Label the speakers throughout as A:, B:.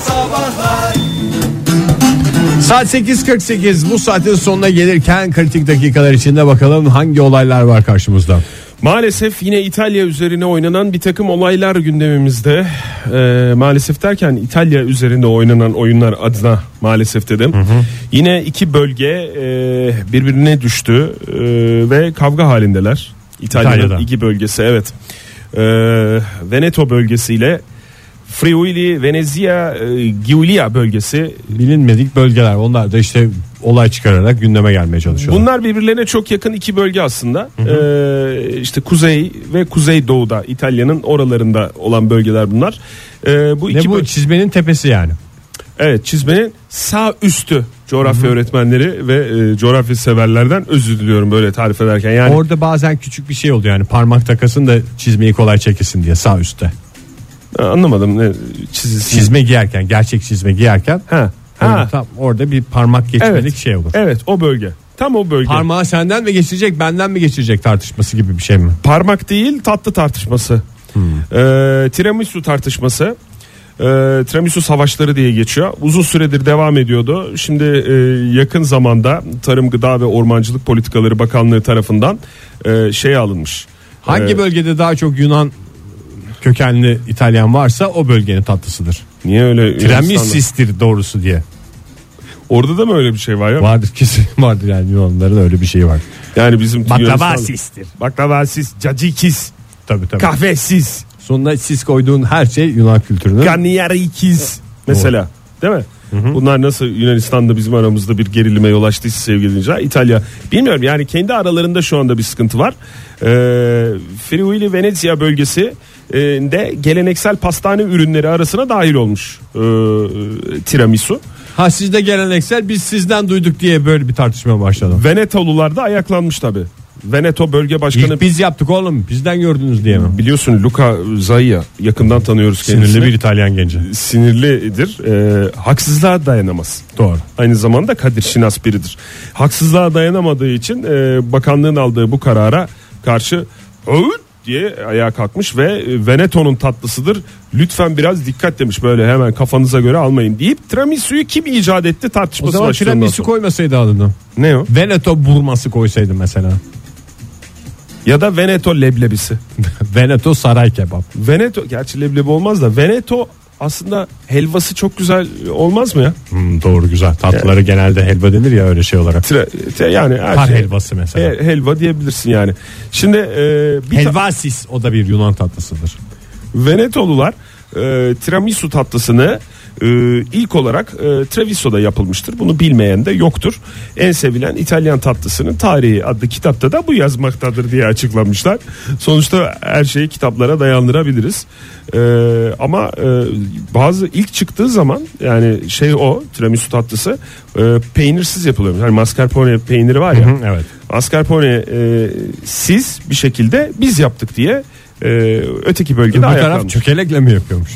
A: sabahlar
B: Saat 8.48 bu saatin sonuna gelirken kritik dakikalar içinde bakalım hangi olaylar var karşımızda.
C: Maalesef yine İtalya üzerine oynanan bir takım olaylar gündemimizde. Ee, maalesef derken İtalya üzerinde oynanan oyunlar adına maalesef dedim. Yine iki bölge e, birbirine düştü e, ve kavga halindeler. İtalya'nın
B: İtalya'da.
C: iki bölgesi evet. Ee, Veneto bölgesiyle Friuli, Venezia, e, Giulia bölgesi
B: Bilinmedik bölgeler onlar da işte olay çıkararak gündeme gelmeye çalışıyorlar.
C: Bunlar birbirlerine çok yakın iki bölge aslında. Ee, işte kuzey ve kuzey doğuda İtalya'nın oralarında olan bölgeler bunlar. Ee, bu
B: ne
C: iki
B: bu
C: böl-
B: çizmenin tepesi yani.
C: evet çizmenin sağ üstü coğrafya öğretmenleri ve e, coğrafya severlerden özür diliyorum böyle tarif ederken. Yani
B: Orada bazen küçük bir şey oldu yani parmak takasın da çizmeyi kolay çekesin diye sağ üstte.
C: e, anlamadım ne çizisi.
B: Çizme giyerken gerçek çizme giyerken
C: Ha.
B: orada,
C: Ha.
B: tam orada bir parmak geçmelik
C: Evet.
B: şey olur.
C: Evet o bölge. Tam o bölge.
B: Parmağı senden mi geçirecek benden mi geçirecek tartışması gibi bir şey mi?
C: parmak değil tatlı tartışması. Ee, tiramisu tartışması. Ee, tiramisu savaşları diye geçiyor. Uzun süredir devam ediyordu. Şimdi e, yakın zamanda Tarım Gıda ve Ormancılık Politikaları Bakanlığı tarafından e, şey alınmış.
B: Hangi
C: Ee,
B: bölgede daha çok Yunan kökenli İtalyan varsa o bölgenin tatlısıdır.
C: Niye öyle? Yunanistan'da-
B: Tramisistir doğrusu diye.
C: Orada da mı öyle bir şey var ya?
B: Vardır kesin vardır yani Yunanların öyle bir şeyi var.
C: Yani bizim
B: Baklavasistir.
C: Baklavasız, cacikis,
B: Tabii tabii.
C: kahvesiz,
B: Sonuna sis koyduğun her şey Yunan kültürünün.
C: ganiyarikiz mesela. Değil mi? Bunlar nasıl Yunanistan'da bizim aramızda bir gerilime yol açtıysa sevgili dinleyiciler. İtalya bilmiyorum yani kendi aralarında şu anda bir sıkıntı var. Ee, Friuli Venezia bölgesi e, de geleneksel pastane ürünleri arasına dahil olmuş ee, tiramisu.
B: Ha sizde geleneksel biz sizden duyduk diye böyle bir tartışma başladı.
C: Venetolular da ayaklanmış tabi. Veneto bölge başkanı
B: İlk biz yaptık oğlum bizden gördünüz diye mi?
C: biliyorsun Luca Zaia yakından tanıyoruz kendisini.
B: İtalyan genci.
C: sinirlidir. Ee, haksızlığa dayanamaz.
B: Doğru.
C: Aynı zamanda Kadir Şinas biridir. Haksızlığa dayanamadığı için e, bakanlığın aldığı bu karara karşı "Ağır!" diye ayağa kalkmış ve e, Veneto'nun tatlısıdır. Lütfen biraz dikkat demiş böyle hemen kafanıza göre almayın deyip tiramisu'yu kim icat etti
B: O
C: tartışması
B: zaman
C: başlığından
B: tiramisu
C: sonra.
B: koymasaydı adını.
C: Ne o?
B: Veneto burması koysaydı mesela.
C: Ya da Veneto leblebisi.
B: Veneto saray kebap.
C: Veneto gerçi leblebi olmaz da Veneto aslında helvası çok güzel olmaz mı ya?
B: Hmm, doğru güzel. Tatlıları genelde helva denir ya öyle şey olarak.
C: Tire- te- yani her
B: Kar
C: şey-
B: helvası mesela.
C: He- helva diyebilirsin yani. Şimdi e, bir ta-
B: Helvasis o da bir Yunan tatlısıdır.
C: Venetolular e, tiramisu tatlısını e, ilk olarak e, Treviso'da yapılmıştır. Bunu bilmeyen de yoktur. En sevilen İtalyan tatlısının tarihi adlı kitapta da bu yazmaktadır diye açıklamışlar. Sonuçta her şeyi kitaplara dayandırabiliriz. E, ama e, bazı ilk çıktığı zaman yani şey o tiramisu tatlısı e, peynirsiz yapılıyor. Yani mascarpone peyniri var ya.
B: evet.
C: Mascarpone e, siz bir şekilde biz yaptık diye e, öteki
B: Öbür
C: bölgede
B: E, taraf
C: ayaklanmış.
B: çökelekle mi yapıyormuş?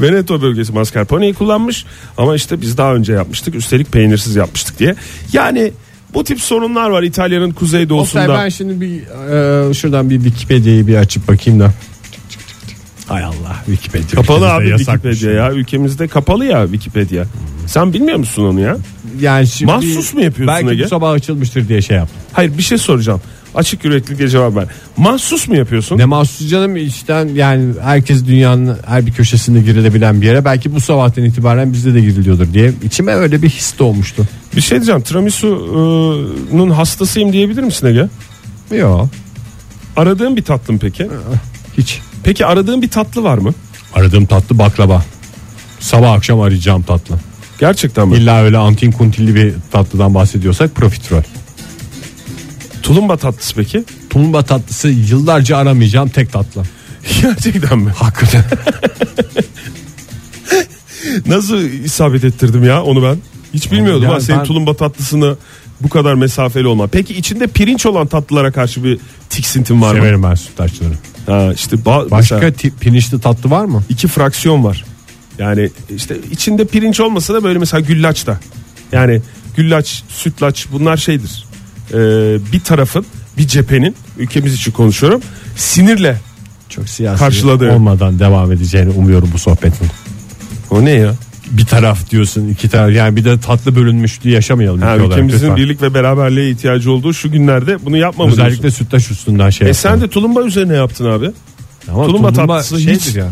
C: Veneto bölgesi mascarpone'yi kullanmış ama işte biz daha önce yapmıştık üstelik peynirsiz yapmıştık diye. Yani bu tip sorunlar var İtalya'nın
B: Oktay
C: kuzeydoğusunda.
B: ben şimdi bir e, şuradan bir Wikipedia'yı bir açıp bakayım da. Hay Allah Wikipedia.
C: Kapalı abi
B: Ülkemizde yasakmış.
C: Wikipedia ya ülkemizde kapalı ya Wikipedia. Sen bilmiyor musun onu ya?
B: Yani şimdi
C: Mahsus mu yapıyorsun
B: Belki
C: Ege?
B: bu sabah açılmıştır diye şey yaptım.
C: Hayır bir şey soracağım. Açık yüreklilikle cevap ver. Mahsus mu yapıyorsun?
B: Ne mahsus canım işten yani herkes dünyanın her bir köşesinde girilebilen bir yere belki bu sabahtan itibaren bizde de giriliyordur diye içime öyle bir his doğmuştu.
C: Bir şey diyeceğim. Tiramisu'nun hastasıyım diyebilir misin Ege?
B: Yok
C: Aradığın bir tatlım peki?
B: hiç.
C: Peki aradığın bir tatlı var mı?
B: Aradığım tatlı baklava. Sabah akşam arayacağım tatlı.
C: Gerçekten mi?
B: İlla öyle antin kuntilli bir tatlıdan bahsediyorsak profiterol.
C: Tulumba tatlısı peki?
B: Tulumba tatlısı yıllarca aramayacağım tek tatlı.
C: Gerçekten mi?
B: Hakikaten.
C: Nasıl isabet ettirdim ya onu ben? Hiç bilmiyordum
B: Yani
C: ha senin
B: ben-
C: tulumba tatlısını bu kadar mesafeli olma. Peki içinde pirinç olan tatlılara karşı bir tiksintin var mı?
B: Severim ben sütlaçları.
C: Ha, işte ba-
B: Başka
C: mesela
B: tip pirinçli tatlı var mı?
C: iki fraksiyon var. Yani işte içinde pirinç olmasa da böyle mesela güllaç da. Yani güllaç, sütlaç bunlar şeydir. Ee, bir tarafın, bir cephenin ülkemiz için konuşuyorum. Sinirle
B: Çok siyasi
C: Karşıladı.
B: olmadan devam edeceğini umuyorum bu sohbetin.
C: O ne ya?
B: Bir taraf diyorsun iki taraf yani bir de tatlı bölünmüşlüğü yaşamayalım.
C: Ha,
B: ülke olarak
C: ülkemizin
B: lütfen.
C: birlik ve beraberliğe ihtiyacı olduğu şu günlerde bunu yapma mı diyorsun?
B: Özellikle sütlaç üstünden şey
C: E sen
B: yaptım.
C: de tulumba üzerine yaptın abi.
B: Ama
C: tulumba tatlısı
B: şeydir
C: hiç
B: ya.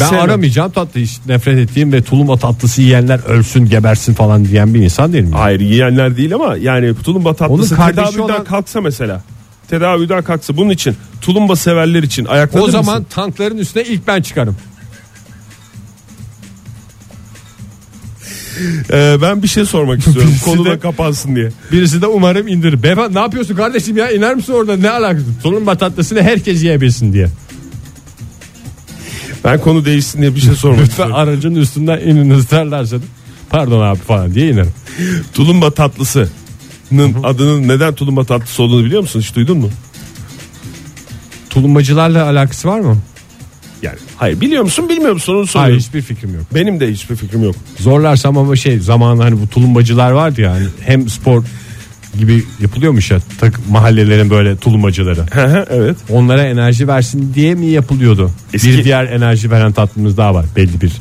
B: Ben
C: sevmem.
B: aramayacağım tatlı hiç nefret ettiğim ve tulumba tatlısı yiyenler ölsün gebersin falan diyen bir insan değilim. ya.
C: Hayır yiyenler değil ama yani tulumba tatlısı
B: Onun kardeşi
C: tedaviden
B: olan-
C: kalksa mesela. Tedaviden kalksa bunun için tulumba severler için ayaklanır
B: O zaman
C: mısın?
B: tankların üstüne ilk ben çıkarım.
C: Ee, ben bir şey sormak istiyorum.
B: Birisi
C: Konu
B: de-
C: da kapansın diye.
B: Birisi de umarım indirir. Beyefendi ne yapıyorsun kardeşim ya iner misin orada ne alakası? Tulumba tatlısını herkes yiyebilsin diye.
C: Ben konu değişsin diye bir şey sormak
B: Lütfen
C: istiyorum.
B: aracın üstünden ininiz derlerse de, pardon abi falan diye inerim.
C: Tulumba tatlısının adının neden tulumba tatlısı olduğunu biliyor musun? Hiç duydun mu?
B: Tulumbacılarla alakası var mı?
C: Yani hayır biliyor musun bilmiyor musun onu soruyorum.
B: Hayır hiçbir fikrim yok.
C: Benim de hiçbir fikrim yok.
B: Zorlarsam ama şey zamanı hani bu tulumbacılar vardı ya hani hem spor gibi yapılıyormuş ya tak, mahallelerin böyle tulumbacıları.
C: evet.
B: Onlara enerji versin diye mi yapılıyordu?
C: Eski-
B: Bir diğer enerji veren tatlımız daha var belli bir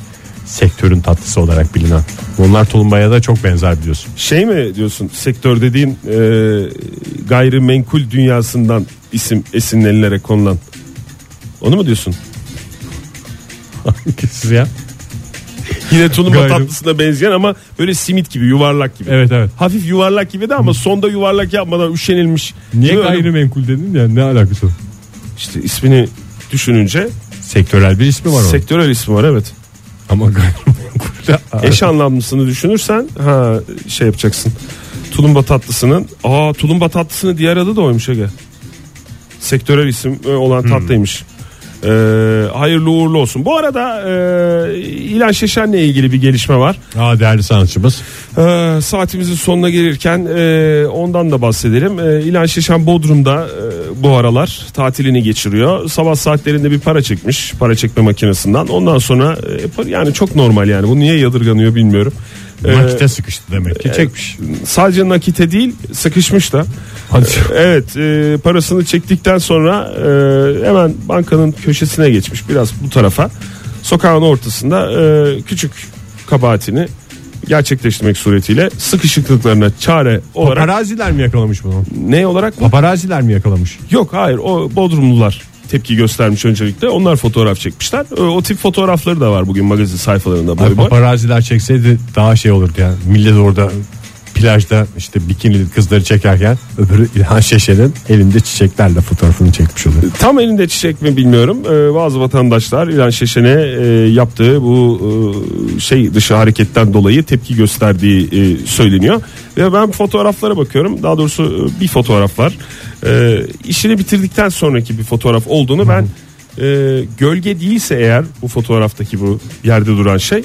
B: sektörün tatlısı olarak bilinen. Onlar tulumbaya da çok benzer biliyorsun.
C: Şey mi diyorsun sektör dediğin e, gayrimenkul dünyasından isim esinlenilerek konulan. Onu mu diyorsun?
B: Hangisi ya?
C: Yine tulumba
B: Gayrim-
C: tatlısına benzeyen ama böyle simit gibi yuvarlak gibi.
B: Evet evet.
C: Hafif yuvarlak gibi de ama sonda yuvarlak yapmadan üşenilmiş.
B: Niye
C: Değil mi?
B: gayrimenkul dedin ya ne alakası var?
C: İşte ismini düşününce
B: Sektörel bir ismi var onun.
C: sektörel ismi var evet.
B: Ama gayrimenkulde
C: Eş anlamlısını düşünürsen ha şey yapacaksın. Tulumba tatlısının aa tulumba tatlısının diğer adı da oymuş Ege. Sektörel isim e, olan tatlıymış. Ee, hayırlı uğurlu olsun. Bu arada e, İlhan Şeşen'le ilgili bir gelişme var.
B: Aa, değerli sanatçımız.
C: Ee, saatimizin sonuna gelirken e, ondan da bahsedelim. E, İlhan Şişen Bodrum'da e, bu aralar tatilini geçiriyor. Sabah saatlerinde bir para çekmiş para çekme makinesinden. Ondan sonra e, par- yani çok normal yani bu niye yadırganıyor bilmiyorum. Ee,
B: Nakite sıkıştı demek ki çekmiş.
C: sadece nakite değil sıkışmış da.
B: Hadi.
C: Evet e, parasını çektikten sonra e, hemen bankanın köşesine geçmiş biraz bu tarafa. Sokağın ortasında e, küçük kabahatini gerçekleştirmek suretiyle sıkışıklıklarına çare olarak
B: Paparaziler mi yakalamış bunu?
C: ne olarak mı?
B: Paparaziler mi yakalamış?
C: Yok hayır o Bodrumlular tepki göstermiş öncelikle. Onlar fotoğraf çekmişler. E, O tip fotoğrafları da var bugün magazin sayfalarında boy
B: Ay,
C: boy.
B: paparaziler çekseydi daha şey olurdu yani. Millet orada plajda işte bikinili kızları çekerken öbürü İlhan Şeşen'in elinde çiçeklerle fotoğrafını çekmiş oluyor.
C: Tam elinde çiçek mi bilmiyorum. Ee, bazı vatandaşlar İlhan Şeşen'e e, yaptığı bu e, şey dışı hareketten dolayı tepki gösterdiği e, söyleniyor. Ve ben fotoğraflara bakıyorum. Daha doğrusu e, bir fotoğraf var. E, işini bitirdikten sonraki bir fotoğraf olduğunu ben e, gölge değilse eğer bu fotoğraftaki bu yerde duran şey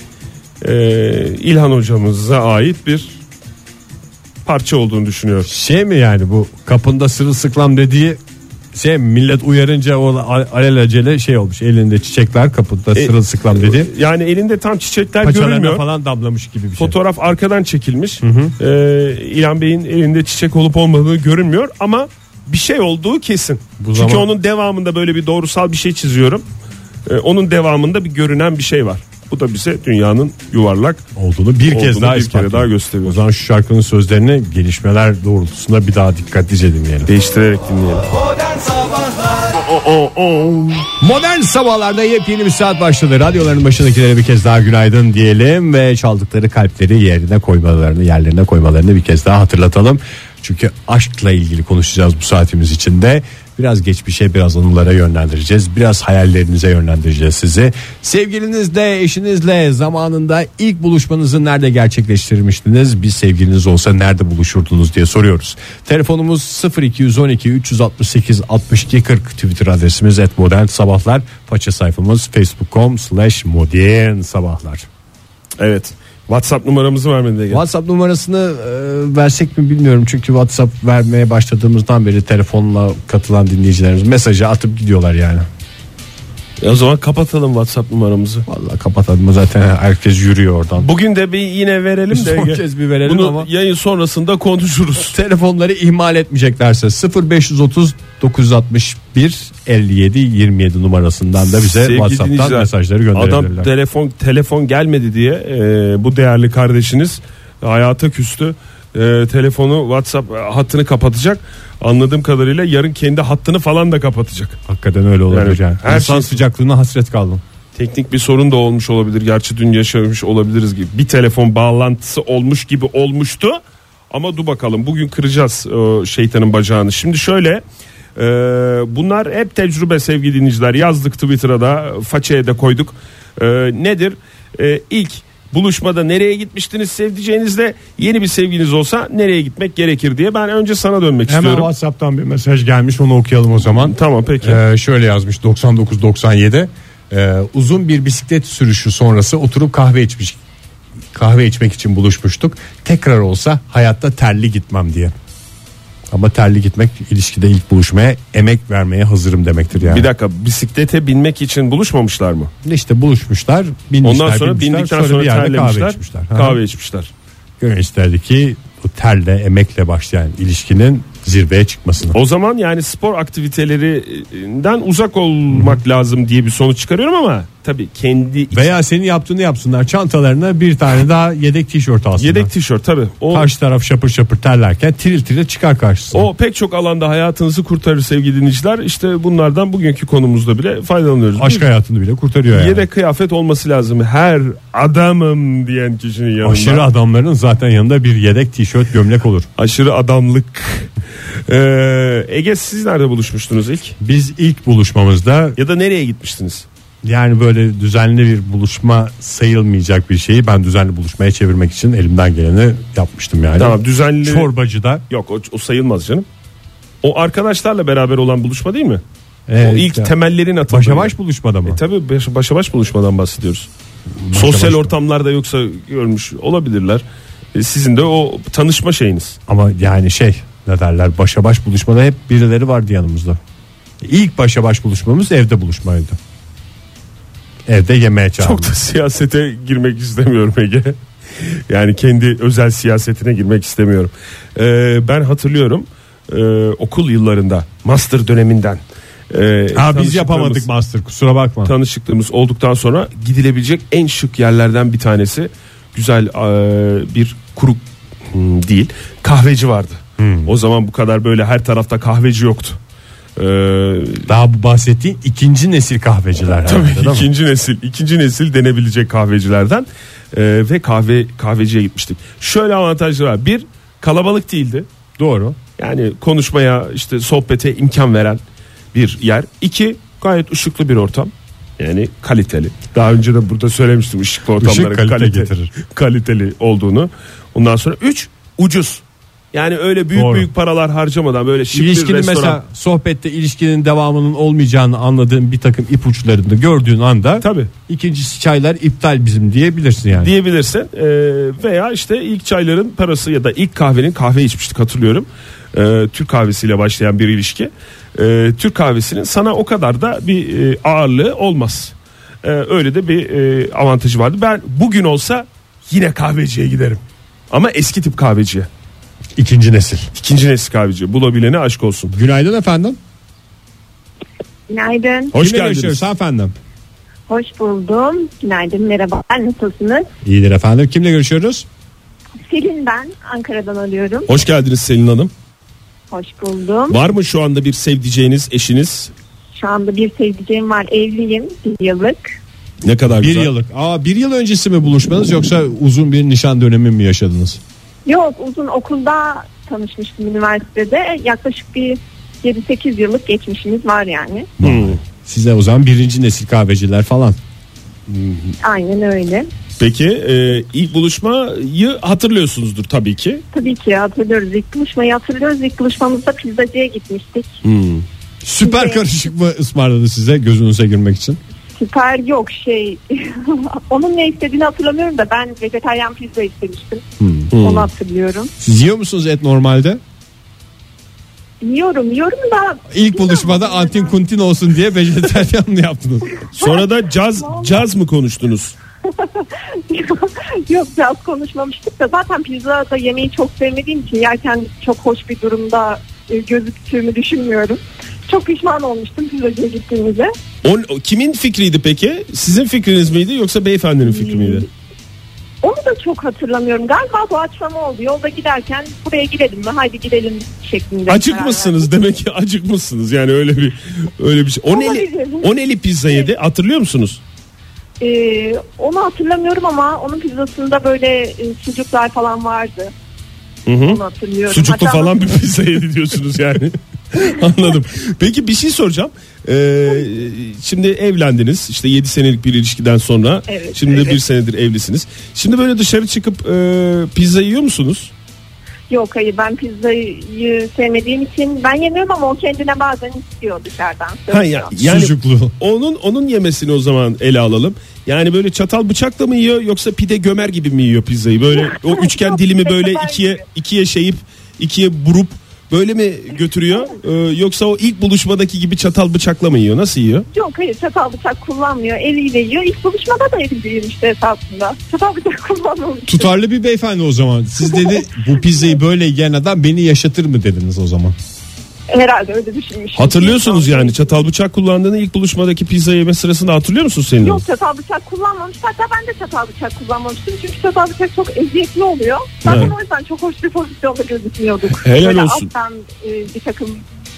C: e, İlhan hocamıza ait bir parça olduğunu düşünüyorum.
B: Şey mi yani bu kapında sırılsıklam dediği şey mi? millet uyarınca o a- alelacele şey olmuş elinde çiçekler kapında sırılsıklam dediği
C: Yani elinde tam çiçekler
B: paçalarına
C: E, görünmüyor.
B: falan damlamış gibi bir şey.
C: Fotoğraf arkadan çekilmiş. Ee, İlhan Bey'in elinde çiçek olup olmadığı görünmüyor ama bir şey olduğu kesin.
B: Bu
C: Çünkü
B: zaman-
C: onun devamında böyle bir doğrusal bir şey çiziyorum. Ee, onun devamında bir görünen bir şey var. Bu da bize dünyanın yuvarlak
B: olduğunu bir kez
C: Olduğunu
B: daha
C: bir kere
B: ispatlıyor.
C: daha gösteriyor.
B: O zaman şu şarkının sözlerini gelişmeler doğrultusunda bir daha dikkatlice dinleyelim.
C: değiştirerek dinleyelim.
A: Modern Sabahlar
B: Modern sabahlarda yepyeni bir saat başladı. Radyoların başındakilere bir kez daha günaydın diyelim ve çaldıkları kalpleri yerine koymalarını, yerlerine koymalarını bir kez daha hatırlatalım. Çünkü aşkla ilgili konuşacağız bu saatimiz içinde. Biraz geçmişe, biraz anılara yönlendireceğiz. Biraz hayallerinize yönlendireceğiz sizi. Sevgilinizle, eşinizle zamanında ilk buluşmanızı nerede gerçekleştirmiştiniz? Bir sevgiliniz olsa nerede buluşurdunuz diye soruyoruz. Telefonumuz 0212 368 62 40 Twitter adresimiz et modern sabahlar. Faça sayfamız facebook.com slash modern sabahlar.
C: Evet. WhatsApp numaramızı vermedi de gel.
B: WhatsApp numarasını e, versek mi bilmiyorum çünkü WhatsApp vermeye başladığımızdan beri telefonla katılan dinleyicilerimiz mesajı atıp gidiyorlar yani.
C: E O zaman kapatalım WhatsApp numaramızı.
B: Vallahi kapatalım zaten herkes yürüyor oradan.
C: Bugün de bir yine verelim de.
B: Son
C: Ege.
B: kez bir verelim
C: Bunu
B: ama.
C: yayın sonrasında konuşuruz.
B: telefonları ihmal etmeyeceklerse 0530 961 57 27 numarasından da bize
C: Sevgili
B: WhatsApp'tan
C: dinleyiciler,
B: mesajları gönderebilirler.
C: Adam telefon telefon gelmedi diye e, bu değerli kardeşiniz hayata küstü. E, telefonu WhatsApp hattını kapatacak. Anladığım kadarıyla yarın kendi hattını falan da kapatacak.
B: Hakikaten öyle olabilir
C: Yani
B: yani.
C: her
B: İnsan
C: şey-
B: sıcaklığına hasret kaldım.
C: Teknik bir sorun da olmuş olabilir. Gerçi dün yaşamış olabiliriz gibi. Bir telefon bağlantısı olmuş gibi olmuştu. Ama dur bakalım bugün kıracağız e, şeytanın bacağını. Şimdi şöyle e, bunlar hep tecrübe sevgili dinleyiciler. Yazdık Twitter'a da façeye de koyduk. E, nedir? E, ilk buluşmada nereye gitmiştiniz sevdiceğinizle yeni bir sevginiz olsa nereye gitmek gerekir diye ben önce sana dönmek
B: Hemen
C: istiyorum.
B: WhatsApp'tan bir mesaj gelmiş onu okuyalım o zaman.
C: Tamam peki.
B: Ee, şöyle yazmış 99-97 Ee, uzun bir bisiklet sürüşü sonrası oturup kahve içmiş kahve içmek için buluşmuştuk. Tekrar olsa hayatta terli gitmem diye. Ama terli gitmek ilişkide ilk buluşmaya emek vermeye hazırım demektir yani.
C: Bir dakika bisiklete binmek için buluşmamışlar mı?
B: işte buluşmuşlar, binmişler,
C: Ondan sonra
B: binmişler,
C: bindikten sonra,
B: bir yerde
C: terlemişler.
B: kahve
C: Kahve
B: içmişler.
C: içmişler.
B: Ha. Gönül isterdi ki bu terle, emekle başlayan ilişkinin zirveye çıkmasını.
C: O zaman yani spor aktivitelerinden uzak olmak lazım diye bir sonuç çıkarıyorum ama tabii kendi iç-
B: Veya senin yaptığını yapsınlar. Çantalarına bir tane daha yedek tişört alsınlar.
C: yedek tişört tabii. O,
B: Karşı taraf şapır şapır terlerken tiril tiril çıkar karşısına.
C: o pek çok alanda hayatınızı kurtarır sevgili dinleyiciler. İşte bunlardan bugünkü konumuzda bile faydalanıyoruz.
B: Aşk hayatını bile kurtarıyor yani.
C: Yedek kıyafet olması lazım. Her adamım diyen kişinin yanında.
B: Aşırı adamların zaten yanında bir yedek tişört gömlek olur.
C: Aşırı adamlık. Ee, Ege siz nerede buluşmuştunuz ilk?
B: Biz ilk buluşmamızda
C: Ya da nereye gitmiştiniz?
B: yani böyle düzenli bir buluşma sayılmayacak bir şeyi ben düzenli buluşmaya çevirmek için elimden geleni yapmıştım yani.
C: Tamam düzenli.
B: Çorbacıda
C: Yok o, o sayılmaz canım. O arkadaşlarla beraber olan buluşma değil mi?
B: Evet,
C: o ilk
B: ya.
C: temellerin atıldığı.
B: başa baş buluşmada mı?
C: E tabii baş- başa baş buluşmadan bahsediyoruz. Sosyal
B: baş-
C: ortamlarda yoksa görmüş olabilirler. E, sizin de o tanışma şeyiniz.
B: Ama yani şey ne derler başa baş buluşmada hep birileri vardı yanımızda. İlk başa baş buluşmamız evde buluşmaydı. Evde yemeğe çağırdı.
C: Çok da siyasete girmek istemiyorum Ege. Yani kendi özel siyasetine girmek istemiyorum. E, ben hatırlıyorum e, okul yıllarında master döneminden. e,
B: Ha, biz
C: tanışıklığımız-
B: yapamadık master kusura bakma.
C: tanışıklığımız olduktan sonra gidilebilecek en şık yerlerden bir tanesi güzel eee, bir kuru hmm, değil kahveci vardı. O zaman bu kadar böyle her tarafta kahveci yoktu. E, Eee
B: Daha bu bahsettiğin ikinci nesil kahveciler.
C: tabii
B: herhalde, değil mi?
C: ikinci nesil ikinci nesil denebilecek kahvecilerden Eee, ve kahve kahveciye gitmiştik. Şöyle avantajları var. Bir kalabalık değildi.
B: Doğru.
C: Yani konuşmaya işte sohbete imkan veren bir yer. İki gayet ışıklı bir ortam. Yani kaliteli. Daha önce de burada söylemiştim ışıklı ortamların
B: kalite
C: kalite-
B: getirir.
C: kaliteli olduğunu. Ondan sonra üç ucuz. Yani öyle büyük
B: Doğru.
C: büyük paralar harcamadan böyle şık bir
B: İlişkinin
C: restoran.
B: mesela sohbette ilişkinin devamının olmayacağını anladığın bir takım ipuçlarını gördüğün anda
C: Tabii.
B: ikincisi çaylar iptal bizim diyebilirsin yani.
C: diyebilirsin. Ee, veya işte ilk çayların parası ya da ilk kahvenin kahve içmiştik hatırlıyorum. Ee, Türk kahvesiyle başlayan bir ilişki. Ee, Türk kahvesinin sana o kadar da bir e, ağırlığı olmaz. Ee, öyle de bir e, avantajı vardı. Ben bugün olsa yine kahveciye giderim. Ama eski tip kahveciye.
B: İkinci nesil.
C: İkinci nesil kahveciye. Bulabilene aşk olsun.
B: Günaydın efendim.
D: Günaydın.
C: Hoş
B: Kimle
C: geldiniz.
B: görüşüyoruz efendim?
D: Hoş buldum. Günaydın. Merhabalar. Nasılsınız?
B: İyidir efendim. Kimle görüşüyoruz?
D: Selin ben. Ankara'dan arıyorum.
C: Hoş geldiniz Selin Hanım.
D: Hoş buldum.
C: Var mı şu anda bir sevdiceğiniz, eşiniz?
D: Şu anda bir sevdiceğim var. Evliyim. Bir yıllık.
C: Ne kadar
B: Bir
C: güzel.
B: yıllık. Aa bir yıl öncesi mi buluşmanız yoksa uzun bir nişan dönemi mi yaşadınız?
D: Yok uzun okulda tanışmıştım üniversitede. Yaklaşık bir 7-8 yıllık geçmişimiz var yani.
B: Vay. Size o zaman birinci nesil kahveciler falan.
D: Aynen öyle.
C: Peki e, ilk buluşmayı hatırlıyorsunuzdur tabii ki.
D: Tabii ki hatırlıyoruz. İlk buluşmayı hatırlıyoruz. İlk buluşmamızda pizzacıya gitmiştik.
B: Süper
D: Evet.
B: karışık mı ısmarladı size gözünüze girmek için?
D: Süper yok şey. Onun ne istediğini hatırlamıyorum da ben vejetaryen pizza istemiştim. Onu hatırlıyorum.
B: Siz yiyor musunuz et normalde?
D: Yiyorum yiyorum da
B: İlk buluşmada antin kuntin olsun diye vejetaryen mı yaptınız?
C: Sonra da caz caz mı konuştunuz?
D: yok biraz konuşmamıştık da zaten pizza da yemeği çok sevmediğim için yerken çok hoş bir durumda e, gözüktüğümü düşünmüyorum. Çok pişman olmuştum pizzacıya gittiğimizde.
C: On, o kimin fikriydi peki? Sizin fikriniz miydi yoksa beyefendinin fikri
D: Hmm,
C: miydi?
D: Onu da çok hatırlamıyorum. Galiba doğaçlama oldu. Yolda giderken buraya gidelim mi? Haydi gidelim şeklinde. karar
C: Acıkmışsınız demek ki acıkmışsınız yani öyle bir öyle bir şey. O neli,
D: Olabilir.
C: o neli pizza yedi hatırlıyor musunuz?
D: verdim. Ee, onu hatırlamıyorum ama onun pizzasında böyle e, sucuklar falan vardı. Onu hatırlıyorum.
C: Sucuklu
D: Hatta-
C: falan bir pizza yedi diyorsunuz yani. Anladım. Peki bir şey soracağım. Ee, şimdi evlendiniz işte 7 senelik bir ilişkiden sonra.
D: Evet,
C: şimdi de
D: evet.
C: bir senedir evlisiniz. Şimdi böyle dışarı çıkıp e, pizza yiyor musunuz?
D: Yok hayır ben pizzayı sevmediğim için ben yemiyorum ama o kendine bazen istiyor dışarıdan.
C: Ha, ya- yani Onun onun yemesini o zaman ele alalım. Yani böyle çatal bıçakla mı yiyor yoksa pide gömer gibi mi yiyor pizzayı? Böyle o üçgen
D: Yok,
C: dilimi
D: pide
C: böyle
D: gömer
C: ikiye
D: gibi.
C: ikiye şeyip ikiye burup böyle mi götürüyor? Ee, yoksa o ilk buluşmadaki gibi çatal bıçakla mı yiyor? Nasıl yiyor?
D: Yok hayır çatal bıçak kullanmıyor. Eliyle yiyor. İlk buluşmada da elindeyim işte esasında. Çatal bıçak kullanmamış.
B: Tutarlı bir beyefendi o zaman. Siz dedi bu pizzayı böyle yiyen adam beni yaşatır mı dediniz o zaman.
D: Herhalde öyle düşünmüş.
C: Hatırlıyorsunuz yani çatal bıçak kullandığını ilk buluşmadaki pizza yeme sırasında hatırlıyor musun senin?
D: Yok çatal bıçak kullanmamış. Hatta ben de çatal bıçak kullanmamıştım. Çünkü çatal bıçak çok eziyetli oluyor. Zaten
C: Evet.
D: o yüzden çok hoş bir pozisyonda gözükmüyorduk.
C: Helal
D: Böyle
C: olsun.
D: alttan e, bir takım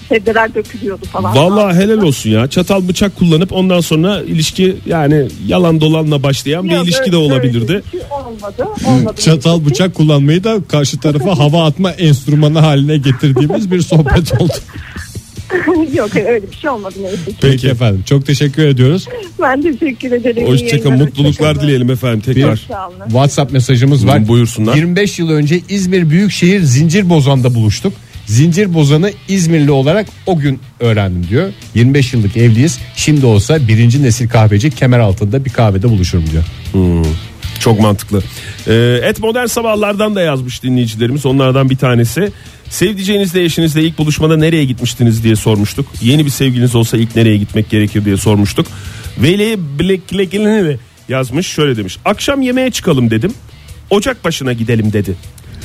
D: sebzeler dökülüyordu falan.
C: Vallahi helal olsun ya. Çatal bıçak kullanıp ondan sonra ilişki yani yalan dolanla başlayan bir
D: Yok,
C: ilişki
D: öyle-
C: de
D: öyle
C: olabilirdi.
D: bir şey Olmadı. olmadı.
B: Çatal bıçak kullanmayı da karşı tarafa hava atma enstrümanı haline getirdiğimiz bir sohbet oldu.
D: Yok hayır, öyle bir şey olmadı neyse. ki.
B: Peki efendim çok teşekkür ediyoruz.
D: Ben teşekkür ederim. İyi
C: Hoşçakalın.
D: yayınlar,
C: Mutluluklar
D: hoşçakalın.
C: dileyelim efendim tekrar.
D: Sağ olun.
B: WhatsApp mesajımız var.
C: Buyurun, buyursunlar.
B: 25 yıl önce İzmir Büyükşehir Zincirbozan'da buluştuk. Zincirbozan'ı İzmirli olarak o gün öğrendim diyor. 25 yıllık evliyiz. Şimdi olsa birinci nesil kahveci kemer altında bir kahvede buluşurum diyor.
C: Çok mantıklı. Ee, Et Modern Sabahlardan da yazmış dinleyicilerimiz. Onlardan bir tanesi. Sevdiceğinizle eşinizle ilk buluşmada nereye gitmiştiniz diye sormuştuk. Yeni bir sevgiliniz olsa ilk nereye gitmek gerekir diye sormuştuk. Veli Blackleglini yazmış şöyle demiş. Akşam yemeğe çıkalım dedim. Ocak başına gidelim dedi.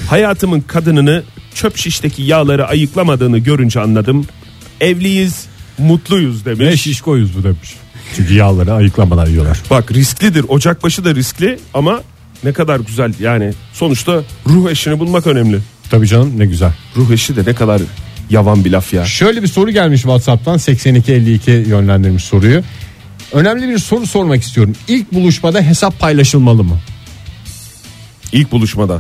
C: Hayatımın kadınını çöp şişteki yağları ayıklamadığını görünce anladım. Evliyiz, mutluyuz demiş.
B: Ne şişkoyuz bu demiş. Çünkü yağları ayıklamadan yiyorlar.
C: Bak risklidir. Ocakbaşı da riskli ama ne kadar güzel yani. Sonuçta ruh eşini bulmak önemli.
B: Tabii canım ne güzel.
C: Ruh eşi de ne kadar yavan bir laf ya.
B: Şöyle bir soru gelmiş WhatsApp'tan 8252 yönlendirmiş soruyu. Önemli bir soru sormak istiyorum. İlk buluşmada hesap paylaşılmalı mı?
C: İlk buluşmada.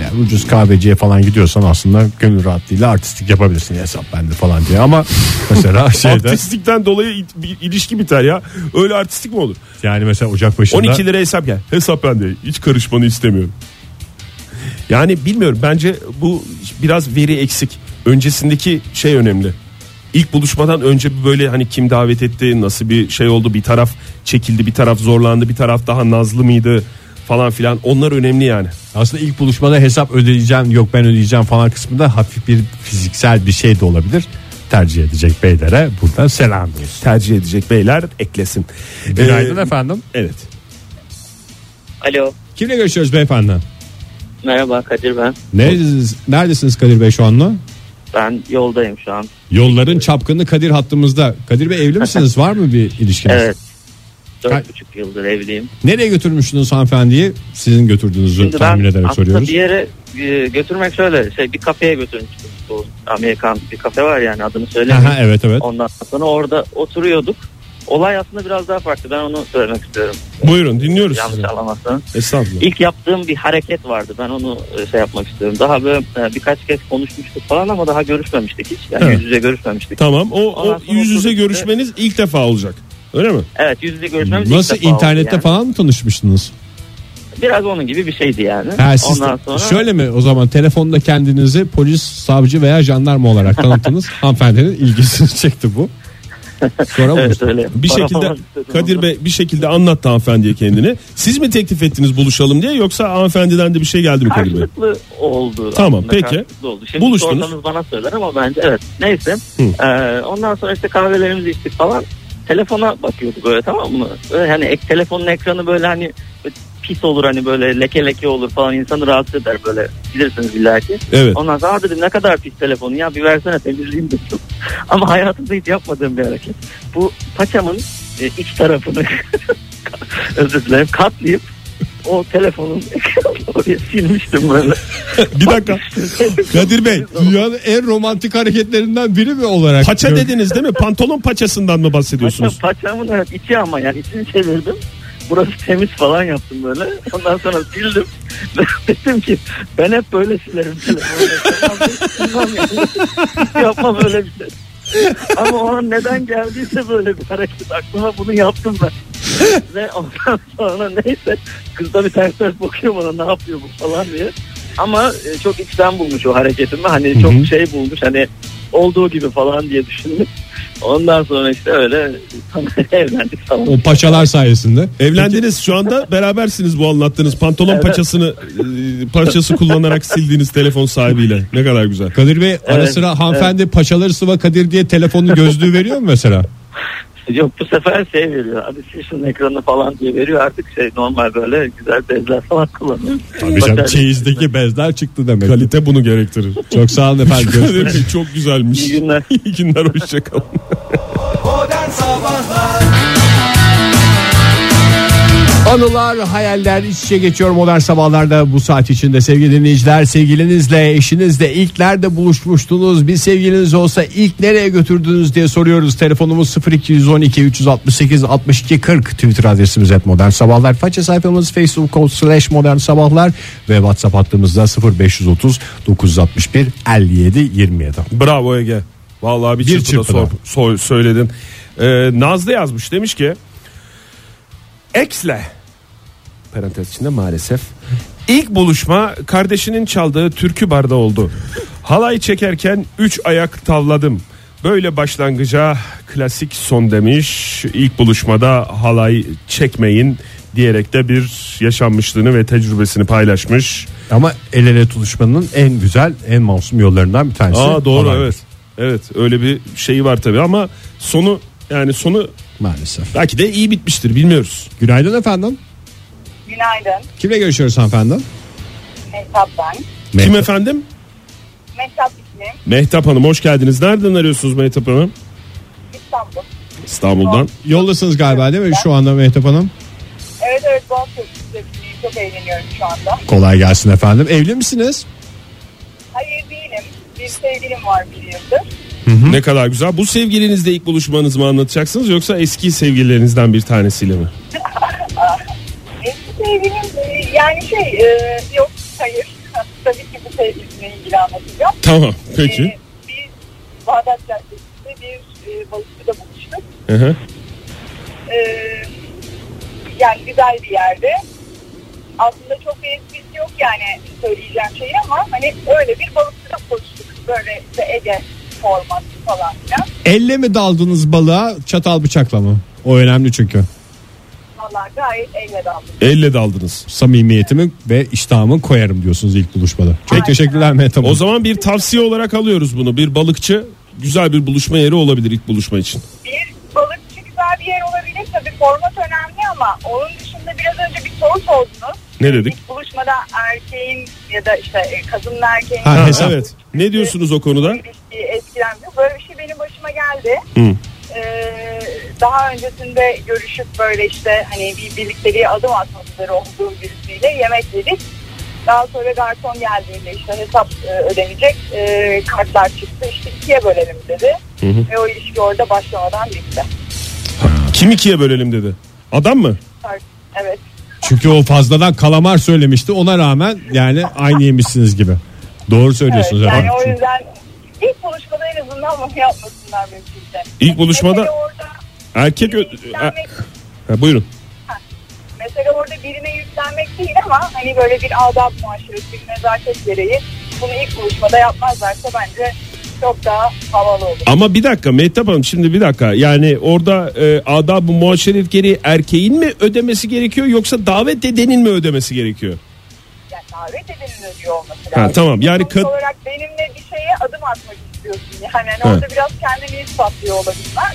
B: Yani ucuz kahveciye falan gidiyorsan aslında gönül rahatlığıyla artistik yapabilirsin hesap bende falan diye ama mesela şeyde
C: Artistlikten dolayı it- bir ilişki biter ya. Öyle artistik mi olur?
B: yani mesela ocak başında
C: 12 lira hesap gel. Hesap bende. Hiç karışmanı istemiyorum. Yani bilmiyorum bence bu biraz veri eksik. Öncesindeki şey önemli. İlk buluşmadan önce bir böyle hani kim davet etti, nasıl bir şey oldu, bir taraf çekildi, bir taraf zorlandı, bir taraf daha nazlı mıydı falan filan. Onlar önemli yani.
B: aslında ilk buluşmada hesap ödeyeceğim yok ben ödeyeceğim falan kısmında hafif bir fiziksel bir şey de olabilir tercih edecek beylere buradan selam diyoruz.
C: Tercih edecek beyler eklesin.
B: Günaydın
C: Ee,
B: efendim.
C: Evet.
E: Alo.
B: Kimle görüşüyoruz beyefendi?
E: Merhaba Kadir ben.
B: Neredesiniz, neredesiniz Kadir Bey şu anda?
E: Ben yoldayım şu an.
B: Yolların çapkını Kadir hattımızda. Kadir Bey evli misiniz? Var mı bir ilişkiniz?
E: Evet.
B: Kay-
E: Dört buçuk yıldır evliyim.
B: Nereye götürmüştünüz hanımefendiyi? Sizin götürdüğünüzü
E: Şimdi ben
B: tahmin ederek
E: aslında
B: soruyoruz.
E: bir yere e, götürmek şöyle şey bir kafeye götürmüştüm. Bu Amerikan bir kafe var yani adını
B: Aha,
E: söylemeyeyim.
B: evet evet.
E: Ondan sonra orada oturuyorduk. Olay aslında biraz daha farklı. Ben onu söylemek istiyorum.
C: Buyurun dinliyoruz
E: Yanlış
C: sizi.
E: anlamazsanız.
C: Estağfurullah.
E: İlk yaptığım bir hareket vardı. Ben onu e, şey yapmak istiyorum. Daha böyle e, birkaç kez konuşmuştuk falan ama daha görüşmemiştik hiç. Yani
C: Evet.
E: yüz yüze görüşmemiştik.
C: Tamam o,
E: Ondan
C: o
E: sonra
C: yüz yüze
E: oturduk.
C: görüşmeniz ilk defa olacak. Öyle mi?
E: Evet yüz yüze görüşmemiz ilk
B: Nasıl
E: defa oldu
B: internette
E: yani.
B: falan mı tanışmıştınız?
E: Biraz onun gibi bir şeydi yani.
B: Ha, siz
E: Ondan sonra
B: Şöyle mi o zaman telefonda kendinizi polis, savcı veya jandarma olarak tanıttınız. Hanımefendinin ilgisini çekti bu. Sonra bu.
E: Evet, öyle.
C: Bir
E: Para
C: şekilde
E: falan istedim
C: Kadir
E: ondan.
C: Bey bir şekilde anlattı hanımefendiye kendini. Siz mi teklif ettiniz buluşalım diye yoksa hanımefendiden de bir şey geldi mi Kadir Bey?
E: karşılıklı oldu.
C: Tamam,
E: aslında,
C: peki.
E: karşılıklı Oldu. Şimdi
C: Buluştunuz.
E: sorsanız bana söyler ama bence evet. Neyse. Ee, ondan sonra işte kahvelerimizi içtik falan. Telefona bakıyorduk böyle tamam mı? Böyle hani ek, telefonun ekranı böyle hani pis olur hani böyle leke leke olur falan insanı rahatsız eder böyle bilirsiniz illa ki.
C: Evet.
E: Ondan sonra "Aa," dedim ne kadar pis telefonu ya bir versene temizleyeyim dedim. Ama hayatımda hiç yapmadığım bir hareket. Bu paçamın e, iç tarafını özür dilerim katlayıp o telefonun oraya silmiştim böyle.
C: bir dakika.
B: Kadir Bey dünyanın en romantik hareketlerinden biri mi olarak?
C: Paça dediniz değil mi? Pantolon paçasından mı
E: Paça,
C: bahsediyorsunuz?
E: paçamın evet, içi ama yani içini çevirdim. Burası temiz falan yaptım böyle. Ondan sonra sildim. Dedim ki ben hep böyle silerim telefonu. Silmem yani. Hiç Yapmam öyle bir şey. Ama o an neden geldiyse böyle bir hareket aklıma bunu yaptım ben. Ve ondan sonra neyse kız da bir ters ters bakıyor bana ne yapıyor bu falan diye. Ama e, çok içten bulmuş o hareketimi. Hani çok şey bulmuş hani olduğu gibi falan diye düşündüm. Ondan sonra işte öyle evlendik falan.
B: O paçalar sayesinde.
C: Evlendiniz şu anda berabersiniz bu anlattığınız pantolon paçasını e, parçası kullanarak sildiğiniz telefon sahibiyle. Ne kadar güzel.
B: Kadir Bey ara
E: Evet,
B: sıra hanımefendi paçaları sıva Kadir diye telefonun gözlüğü veriyor mu mesela?
E: Yok bu sefer şey veriyor. Abi siz şunun ekranı falan diye veriyor. Artık şey normal böyle güzel bezler falan kullanıyor.
B: Tabii
E: Bakar-
B: çeyizdeki bezler çıktı demek.
C: Kalite bunu gerektirir.
B: Çok sağ olun efendim.
C: Kadir
B: Görüşmek
C: Bey, Çok güzelmiş.
E: İyi günler.
C: İyi günler hoşçakalın.
A: Modern Sabahlar
B: Anılar, hayaller iç içe geçiyor modern sabahlarda bu saat içinde sevgili dinleyiciler. Sevgilinizle, eşinizle ilklerde buluşmuştunuz. Bir sevgiliniz olsa ilk nereye götürdünüz diye soruyoruz. Telefonumuz 0212 368 62 40 Twitter adresimiz et modern sabahlar. Faça sayfamız facebook.com slash modern sabahlar ve whatsapp hattımızda 0530 961 57 27.
C: Bravo Ege. Vallahi bir,
B: Bir
C: çırpıda,
B: çırpıda.
C: sor- sor- söyledin. Ee, Nazlı yazmış demiş ki Ex'le parantez içinde maalesef ilk buluşma kardeşinin çaldığı türkü barda oldu. Halay çekerken üç ayak tavladım. Böyle başlangıca klasik son demiş. İlk buluşmada halay çekmeyin diyerek de bir yaşanmışlığını ve tecrübesini paylaşmış.
B: Ama el ele tutuşmanın en güzel, en masum yollarından bir tanesi.
C: Aa doğru
B: Kolay.
C: evet. Evet öyle bir şeyi var tabi ama sonu yani sonu
B: Maalesef.
C: belki de iyi bitmiştir bilmiyoruz.
B: Günaydın efendim.
F: Günaydın.
B: Kimle görüşüyoruz hanımefendi?
F: Mehtap ben.
C: Kim
B: Mehtap.
C: efendim?
F: Mehtap ismim.
C: Mehtap Hanım hoş geldiniz. Nereden arıyorsunuz Mehtap Hanım?
F: İstanbul.
C: İstanbul'dan.
B: Yoldasınız galiba değil mi şu anda Mehtap Hanım?
F: Evet evet bol sözcüsüyüm. Çok eğleniyorum şu anda.
B: Kolay gelsin efendim. Evli misiniz?
F: Hayır değilim. Bir sevgilim var bir yıldır.
C: Ne kadar güzel. Bu sevgilinizle ilk buluşmanız mı anlatacaksınız yoksa eski sevgililerinizden bir tanesiyle mi?
F: Eski sevgilim e, yani şey e, yok hayır. Tabii ki bu sevgilimle ilgili anlatacağım.
C: Tamam peki.
F: E, biz Bağdat Caddesi'nde bir e, balıkçıda buluştuk.
C: Hı hı.
F: E, yani güzel bir yerde. Aslında çok bir esprisi yok yani söyleyeceğim şeyi ama hani öyle bir balıkçıda buluştuk. Böyle işte Ege formatı falan filan.
B: Elle mi daldınız balığa çatal bıçakla mı? O önemli çünkü.
F: Valla gayet eline daldık.
C: Elle daldınız.
B: Samimiyetimi ve iştahımı koyarım diyorsunuz ilk buluşmada. Çok
F: Aynen.
B: teşekkürler Mehtap
C: O
B: Hanım.
C: zaman bir tavsiye olarak alıyoruz bunu. Bir balıkçı güzel bir buluşma yeri olabilir ilk buluşma için.
F: Bir balıkçı güzel bir yer olabilir tabii format önemli ama onun dışında biraz önce bir soru sordunuz.
C: Ne dedik?
F: İlk buluşmada erkeğin ya da işte e, kadınla erkeğin
B: Ha,
C: Ha,
B: hesap.
C: evet. Ne diyorsunuz o konuda?
F: ilişki etkilen böyle bir şey benim başıma geldi.
C: Hı.
F: Ee, daha öncesinde görüşüp böyle işte hani bir birlikteliğe adım atmak üzere olduğum birisiyle yemek yedik. Daha sonra garson geldiğinde işte hesap e, ödenecek e, kartlar çıktı işte ikiye bölelim dedi. Ve o ilişki orada başlamadan bitti.
C: Kim ikiye bölelim dedi. Adam mı?
F: Evet.
B: Çünkü o fazladan kalamar söylemişti. Ona rağmen yani aynı yemişsiniz gibi. Doğru
F: evet.
B: söylüyorsunuz
F: Yani
B: efendim.
F: o yüzden ilk buluşmada en azından bunu yapmasınlar mümkünse.
C: İlk buluşmada-
F: Mesela orada
C: Erkek ö-
F: yüklenmek
C: Ha, buyurun.
F: Mesela orada birine yüklenmek değil ama hani böyle bir adab muaşeresi, bir nezaket gereği bunu ilk buluşmada yapmazlarsa bence çok daha havalı olur.
C: Ama bir dakika Mehtap Hanım şimdi bir dakika. Yani orada e, adab-ı muaşeret gereği erkeğin mi ödemesi gerekiyor yoksa davet edenin mi ödemesi gerekiyor?
F: Yani davet edenin ödüyor olması lazım.
C: Ha, tamam yani
F: Sonuç
C: kad-
F: olarak benimle bir şeye adım atmak istiyorsun. Yani hani
C: Evet.
F: orada biraz kendini ispatlıyor olabilirler.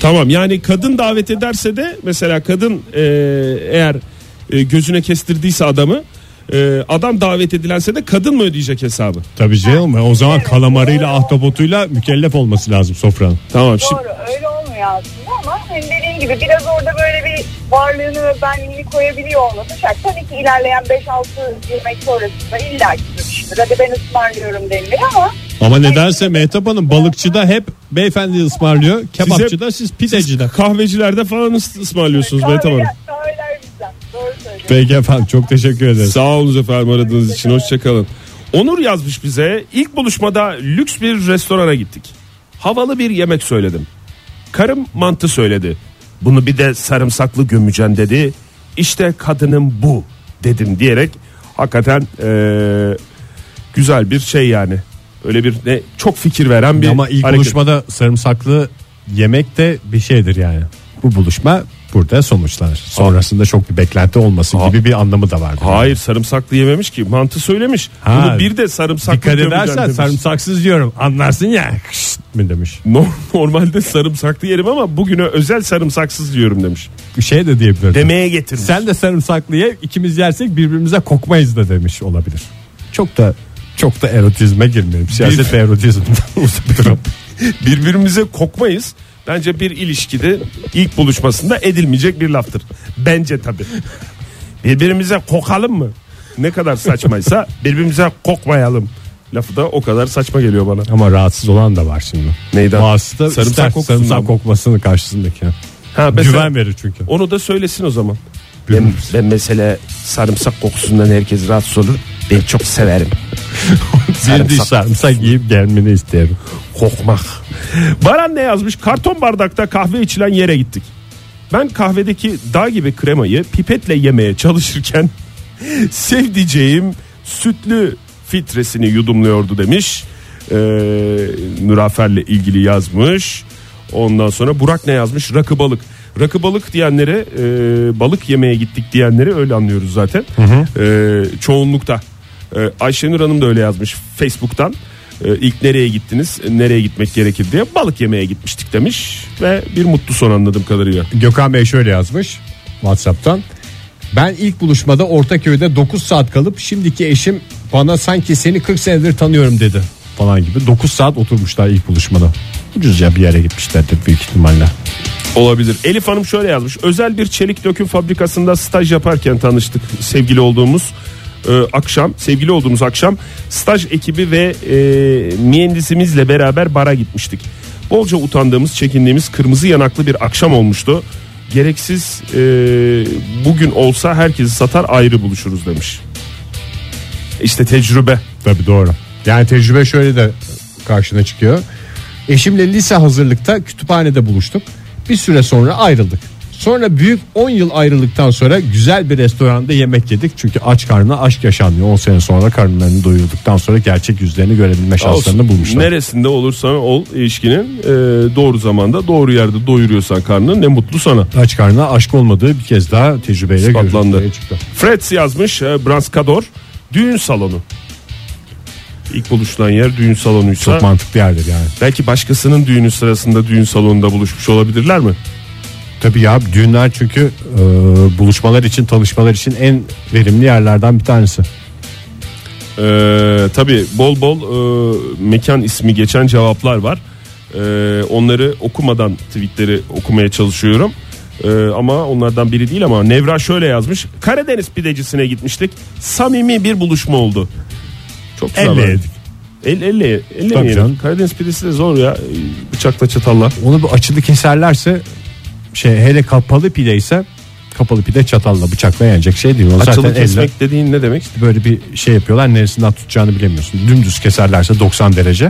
C: tamam yani kadın davet ederse de mesela kadın e, eğer e, gözüne kestirdiyse adamı e, adam davet edilense de kadın mı ödeyecek hesabı?
B: Tabii canım o zaman kalamarıyla ahtapotuyla mükellef olması lazım sofranın.
C: Tamam şimdi
F: Doğru öyle olmuyor aslında ama senin dediğin gibi biraz orada böyle bir varlığını ve benliğini koyabiliyor olması şart. Tabii ki ilerleyen 5-6 yemek sonrasında illa ki görüşülür. Hadi ben ısmarlıyorum denilir ama
B: Ama nedense Mehtap Hanım balıkçıda hep beyefendi ısmarlıyor. Kebapçıda siz pidecide.
C: kahvecilerde falan ıs- ısmarlıyorsunuz Mehtap Hanım.
F: kahveler, kahveler bizden. Doğru söylüyorsun.
B: Peki efendim çok teşekkür ederiz.
C: Sağ olun efendim aradığınız için hoşçakalın. Onur yazmış bize ilk buluşmada lüks bir restorana gittik. Havalı bir yemek söyledim. Karım mantı söyledi. Bunu bir de sarımsaklı gömeceksin dedi. İşte kadının bu dedim diyerek hakikaten eee, güzel bir şey yani. Öyle bir ne çok fikir veren bir
B: Ama ilk
C: hareket.
B: buluşmada sarımsaklı yemek de bir şeydir yani. Bu buluşma burada sonuçlanır. Sonrasında çok bir beklenti olması gibi bir anlamı da vardır.
C: Hayır sarımsaklı yememiş ki mantı söylemiş.
B: Ha,
C: Bunu bir de sarımsaklı
B: Dikkat
C: gömeceksin
B: edersen
C: demiş.
B: sarımsaksız diyorum anlarsın ya kışt mi demiş.
C: No- Normalde sarımsaklı yerim ama bugüne özel sarımsaksız diyorum demiş.
B: Bir şey de diyebilir.
C: Demeye getirmiş.
B: Sen de sarımsaklı ye ikimiz yersek birbirimize kokmayız da demiş olabilir. Çok da çok da erotizme girmeyelim. Siyaset ve erotizmden uzak duralım.
C: Birbirimize kokmayız. Bence bir ilişkide ilk buluşmasında edilmeyecek bir laftır. Bence tabii. Birbirimize kokalım mı? Ne kadar saçmaysa birbirimize kokmayalım. Lafı da o kadar saçma geliyor bana.
B: Ama rahatsız olan da var şimdi.
C: Neyden?
B: Bazısı da
C: Sarımsak
B: sarımsak,
C: kokusundan
B: sarımsak
C: mı?
B: kokmasını karşısındakine.
C: Ha, mesela-
B: Güven verir çünkü.
C: Onu da söylesin o zaman.
B: Ben-
C: mesela sarımsak kokusundan herkes rahatsız olur. Ben çok severim.
B: Bir diş sarımsak yiyip gelmeni isterim.
C: kokmak. Baran ne yazmış? Karton bardakta kahve içilen yere gittik. Ben kahvedeki dağ gibi kremayı pipetle yemeye çalışırken sevdiceğim sütlü filtresini yudumluyordu demiş. Ee, Mürafer'le ilgili yazmış. Ondan sonra Burak ne yazmış? Rakı balık. Rakı balık diyenlere e, balık yemeye gittik diyenleri öyle anlıyoruz zaten. Ee, çoğunlukta. Ee, Ayşenur Hanım da öyle yazmış Facebook'tan. Ee, ilk nereye gittiniz? Nereye gitmek gerekir diye balık yemeye gitmiştik demiş ve bir mutlu son anladığım kadarıyla.
B: Gökhan Bey şöyle yazmış Whatsapp'tan. Ben ilk buluşmada Ortaköy'de 9 saat kalıp şimdiki eşim bana sanki seni 40 senedir tanıyorum dedi falan gibi. 9 saat oturmuşlar ilk buluşmada. Ucuzca bir yere gitmişlerdir büyük ihtimalle.
C: Olabilir. Elif Hanım şöyle yazmış. Özel bir çelik döküm fabrikasında staj yaparken tanıştık sevgili olduğumuz e, akşam. Sevgili olduğumuz akşam staj ekibi ve e, mühendisimizle beraber bara gitmiştik. Bolca utandığımız, çekindiğimiz kırmızı yanaklı bir akşam olmuştu. Gereksiz e, bugün olsa herkesi satar ayrı buluşuruz demiş. İşte tecrübe.
B: Tabii doğru. Yani tecrübe şöyle de karşına çıkıyor. Eşimle lise hazırlıkta kütüphanede buluştuk. Bir süre sonra ayrıldık. Sonra büyük 10 yıl ayrılıktan sonra güzel bir restoranda yemek yedik. Çünkü aç karnına aşk yaşanmıyor. 10 sene sonra karınlarını doyurduktan sonra gerçek yüzlerini görebilme şanslarını
C: Olsun.
B: bulmuşlar.
C: Neresinde olursan ol ilişkinin e, doğru zamanda doğru yerde doyuruyorsan karnını ne mutlu sana.
B: Aç karnına aşk olmadığı bir kez daha tecrübeyle
C: İspatlandı.
B: görüntüye çıktı.
C: Freds yazmış e, Branskador düğün salonu. İlk buluşulan yer düğün salonuysa
B: Çok mantıklı yerdir yani.
C: belki başkasının düğünü sırasında düğün salonunda buluşmuş olabilirler mi?
B: Tabii ya düğünler çünkü e, buluşmalar için tanışmalar için en verimli yerlerden bir tanesi.
C: Ee, tabii bol bol e, mekan ismi geçen cevaplar var. Ee, onları okumadan tweetleri okumaya çalışıyorum. Ee, ama onlardan biri değil ama Nevra şöyle yazmış. Karadeniz pidecisine gitmiştik. Samimi bir buluşma oldu. Çok güzel.
B: Elle
C: abi.
B: yedik.
C: El, elle, elle mi
B: Tabii
C: yenir?
B: canım.
C: Karadeniz pidesi de zor ya. Bıçakla çatalla.
B: Onu bir açılı keserlerse şey hele kapalı pide ise kapalı pide çatalla bıçakla yenecek şey değil. O zaten
C: Açılı
B: elle
C: kesmek dediğin ne demek?
B: böyle bir şey yapıyorlar neresinden tutacağını bilemiyorsun. Dümdüz keserlerse 90 derece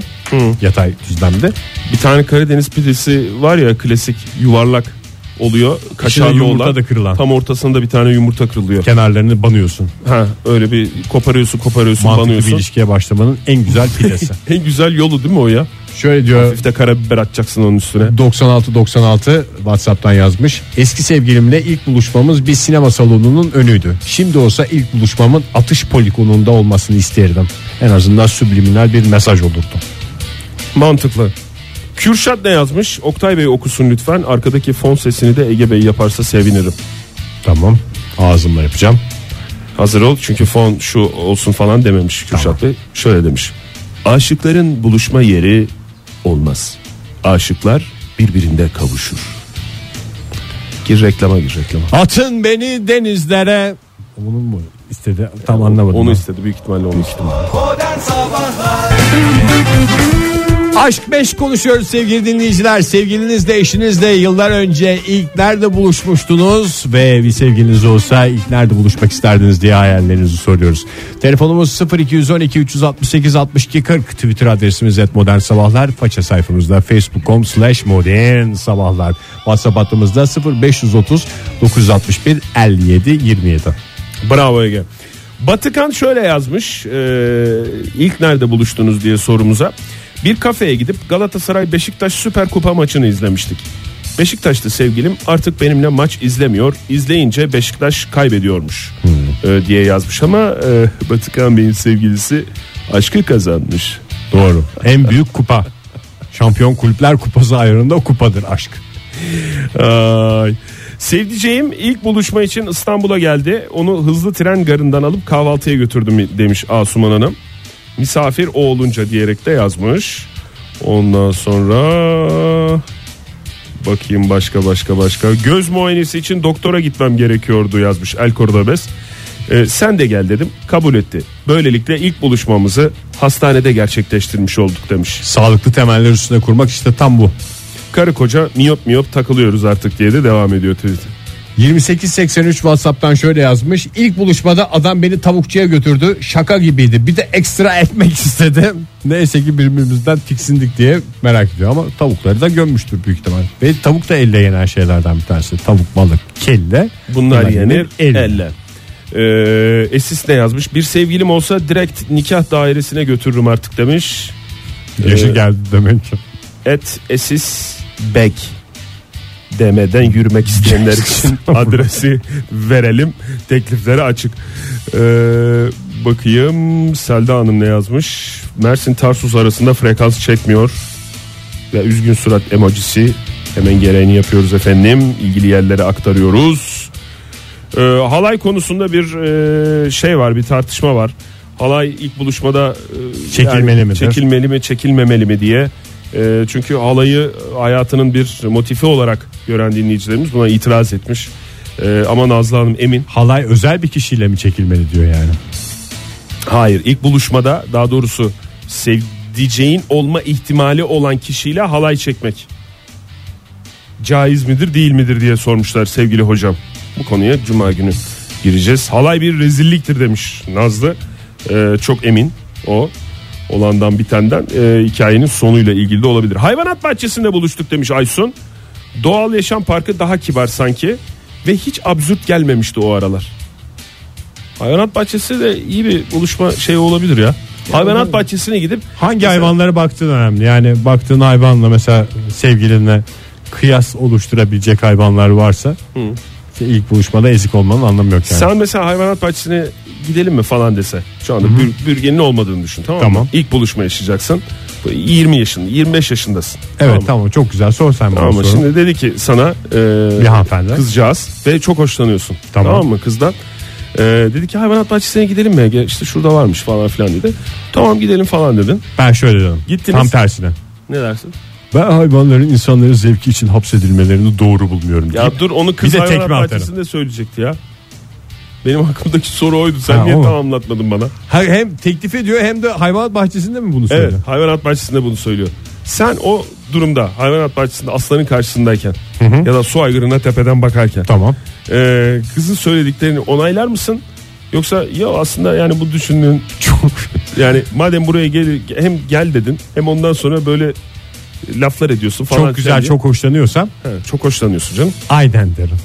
B: yatay düzlemde.
C: Bir tane Karadeniz pidesi var ya klasik yuvarlak oluyor. Kaşarlı
B: yumurta
C: olan.
B: da kırılan.
C: Tam ortasında bir tane yumurta kırılıyor.
B: Kenarlarını banıyorsun.
C: Ha öyle bir koparıyorsun koparıyorsun
B: Mantıklı bir
C: banıyorsun.
B: ilişkiye başlamanın en güzel pidesi.
C: En güzel yolu değil mi o ya?
B: Şöyle diyor
C: Hafif de karabiber atacaksın onun üstüne.
B: 9696 WhatsApp'tan yazmış. Eski sevgilimle ilk buluşmamız bir sinema salonunun önüydü. Şimdi olsa ilk buluşmamın atış poligonunda olmasını isterdim. En azından subliminal bir mesaj olurdu.
C: Mantıklı. Kürşat ne yazmış? Oktay Bey okusun lütfen. Arkadaki fon sesini de Ege Bey yaparsa sevinirim.
B: Tamam. Ağzımla yapacağım.
C: Hazır ol çünkü fon şu olsun falan dememiş Kürşat Bey. Şöyle demiş. Aşıkların buluşma yeri olmaz. Aşıklar birbirinde kavuşur. Gir reklama gir reklama.
B: Atın beni denizlere. Bunun mu istedi? Tam anlamadım.
C: Onu
B: ben.
C: istedi büyük ihtimalle onu istedi.
A: Modern Sabahlar
B: Aşk beş konuşuyoruz sevgili dinleyiciler. Sevgilinizle eşinizle yıllar önce ilk nerede buluşmuştunuz ve bir sevgiliniz olsa ilk nerede buluşmak isterdiniz diye hayallerinizi soruyoruz. Telefonumuz 0212 368 62 40 Twitter adresimiz et modern sabahlar. Faça sayfamızda facebook.com slash modern sabahlar. WhatsApp hattımızda 0530 961 57 27.
C: Bravo Ege. Batıkan şöyle yazmış. E, ilk nerede buluştunuz diye sorumuza. Bir kafeye gidip Galatasaray Beşiktaş Süper Kupa maçını izlemiştik. Beşiktaşlı sevgilim artık benimle maç izlemiyor. İzleyince Beşiktaş kaybediyormuş e, diye yazmış ama e, Batıkan Bey'in sevgilisi aşkı kazanmış.
B: Doğru. En büyük kupa. Şampiyon Kulüpler Kupası ayarında kupadır aşk.
C: Ay. Sevdiceğim ilk buluşma için İstanbul'a geldi. Onu hızlı tren garından alıp kahvaltıya götürdüm demiş Asuman Hanım. Misafir o olunca diyerek de yazmış. Ondan sonra bakayım başka başka başka. Göz muayenesi için doktora gitmem gerekiyordu yazmış El Cordobes. Ee, sen de gel dedim kabul etti. Böylelikle ilk buluşmamızı hastanede gerçekleştirmiş olduk demiş.
B: Sağlıklı temeller üstüne kurmak işte tam bu.
C: Karı koca miyop miyop takılıyoruz artık diye de devam ediyor tweet.
B: 2883 WhatsApp'tan şöyle yazmış. İlk buluşmada adam beni tavukçuya götürdü. Şaka gibiydi. Bir de ekstra ekmek istedi. Neyse ki birbirimizden tiksindik diye merak ediyor ama tavukları da gömmüştür büyük ihtimal. Ve tavuk da elle yenen şeylerden bir tanesi. Tavuk, balık, kelle.
C: Bunlar yenir elle.
B: elle.
C: Ee, Esis ne yazmış? Bir sevgilim olsa direkt nikah dairesine götürürüm artık demiş.
B: Yaşı
C: Ee,
B: geldi demek ki.
C: Et Esis Bek demeden yürümek isteyenler için adresi verelim. Teklifleri açık. Ee, bakayım Selda Hanım ne yazmış? Mersin Tarsus arasında frekans çekmiyor. Ve üzgün surat emojisi. Hemen gereğini yapıyoruz efendim. İlgili yerlere aktarıyoruz. Ee, halay konusunda bir e, şey var, bir tartışma var. Halay ilk buluşmada e,
B: Çekilmeli midir?
C: Çekilmeli mi, çekilmemeli mi diye. E, çünkü halayı hayatının bir motifi olarak gören dinleyicilerimiz buna itiraz etmiş. E, ama Nazlı Hanım emin.
B: Halay özel bir kişiyle mi çekilmeli diyor yani.
C: Hayır, ilk buluşmada daha doğrusu sevdiceğin olma ihtimali olan kişiyle halay çekmek caiz midir, değil midir diye sormuşlar sevgili hocam. Bu konuya cuma günü gireceğiz. Halay bir rezilliktir demiş Nazlı. Ee, çok emin o olandan bitenden e, hikayenin sonuyla ilgili de olabilir. Hayvanat bahçesinde buluştuk demiş Aysun. Doğal Yaşam Parkı daha kibar sanki ve hiç absürt gelmemişti o aralar. Hayvanat bahçesi de iyi bir buluşma şey olabilir ya. Hayvanat bahçesine gidip
B: Hangi
C: Mesela-
B: hayvanlara baktığın önemli. Yani baktığın hayvanla mesela sevgilinle kıyas oluşturabilecek hayvanlar varsa işte ilk buluşmada ezik olmanın anlamı yok yani.
C: Sen mesela hayvanat bahçesine gidelim mi falan dese. Şu anda bür- bürgenin olmadığını düşün tamam mı?
B: Tamam.
C: İlk buluşma yaşayacaksın. Bu 20 yaşın, 25 yaşındasın.
B: evet
C: Tamam
B: tamam.
C: mı?
B: çok güzel sor sen bana
C: Ama
B: soru.
C: şimdi dedi ki sana e,
B: Bir hanımefendi.
C: kızcağız ve çok hoşlanıyorsun.
B: Tamam.
C: Tamam, mı kızdan? E, dedi ki hayvanat bahçesine gidelim mi? Gel, İşte şurada varmış falan filan dedi. Tamam gidelim falan dedin.
B: Ben şöyle dedim.
C: Gittiniz.
B: Tam tersine.
C: Ne dersin?
B: Ben hayvanların insanların zevki için hapsedilmelerini doğru bulmuyorum.
C: Ya dur onu kız
B: bize
C: hayvanat
B: tekme atarım.
C: bahçesinde söyleyecekti ya. Benim aklımdaki soru oydu. Sen
B: Ha,
C: niye
B: o mu?
C: tamamlatmadın bana?
B: Ha, Hem teklif ediyor hem de hayvanat bahçesinde mi bunu
C: Evet
B: söylüyor?
C: hayvanat bahçesinde bunu söylüyor. Sen o durumda hayvanat bahçesinde aslanın karşısındayken ya da su aygırına tepeden bakarken
B: Tamam.
C: e, kızın söylediklerini onaylar mısın? Yoksa ya aslında yani bu düşündüğün çok yani madem buraya gel hem gel dedin hem ondan sonra böyle laflar ediyorsun falan.
B: çok güzel
C: filan
B: çok hoşlanıyorsam
C: diye. He, çok hoşlanıyorsun canım.
B: aynen derim.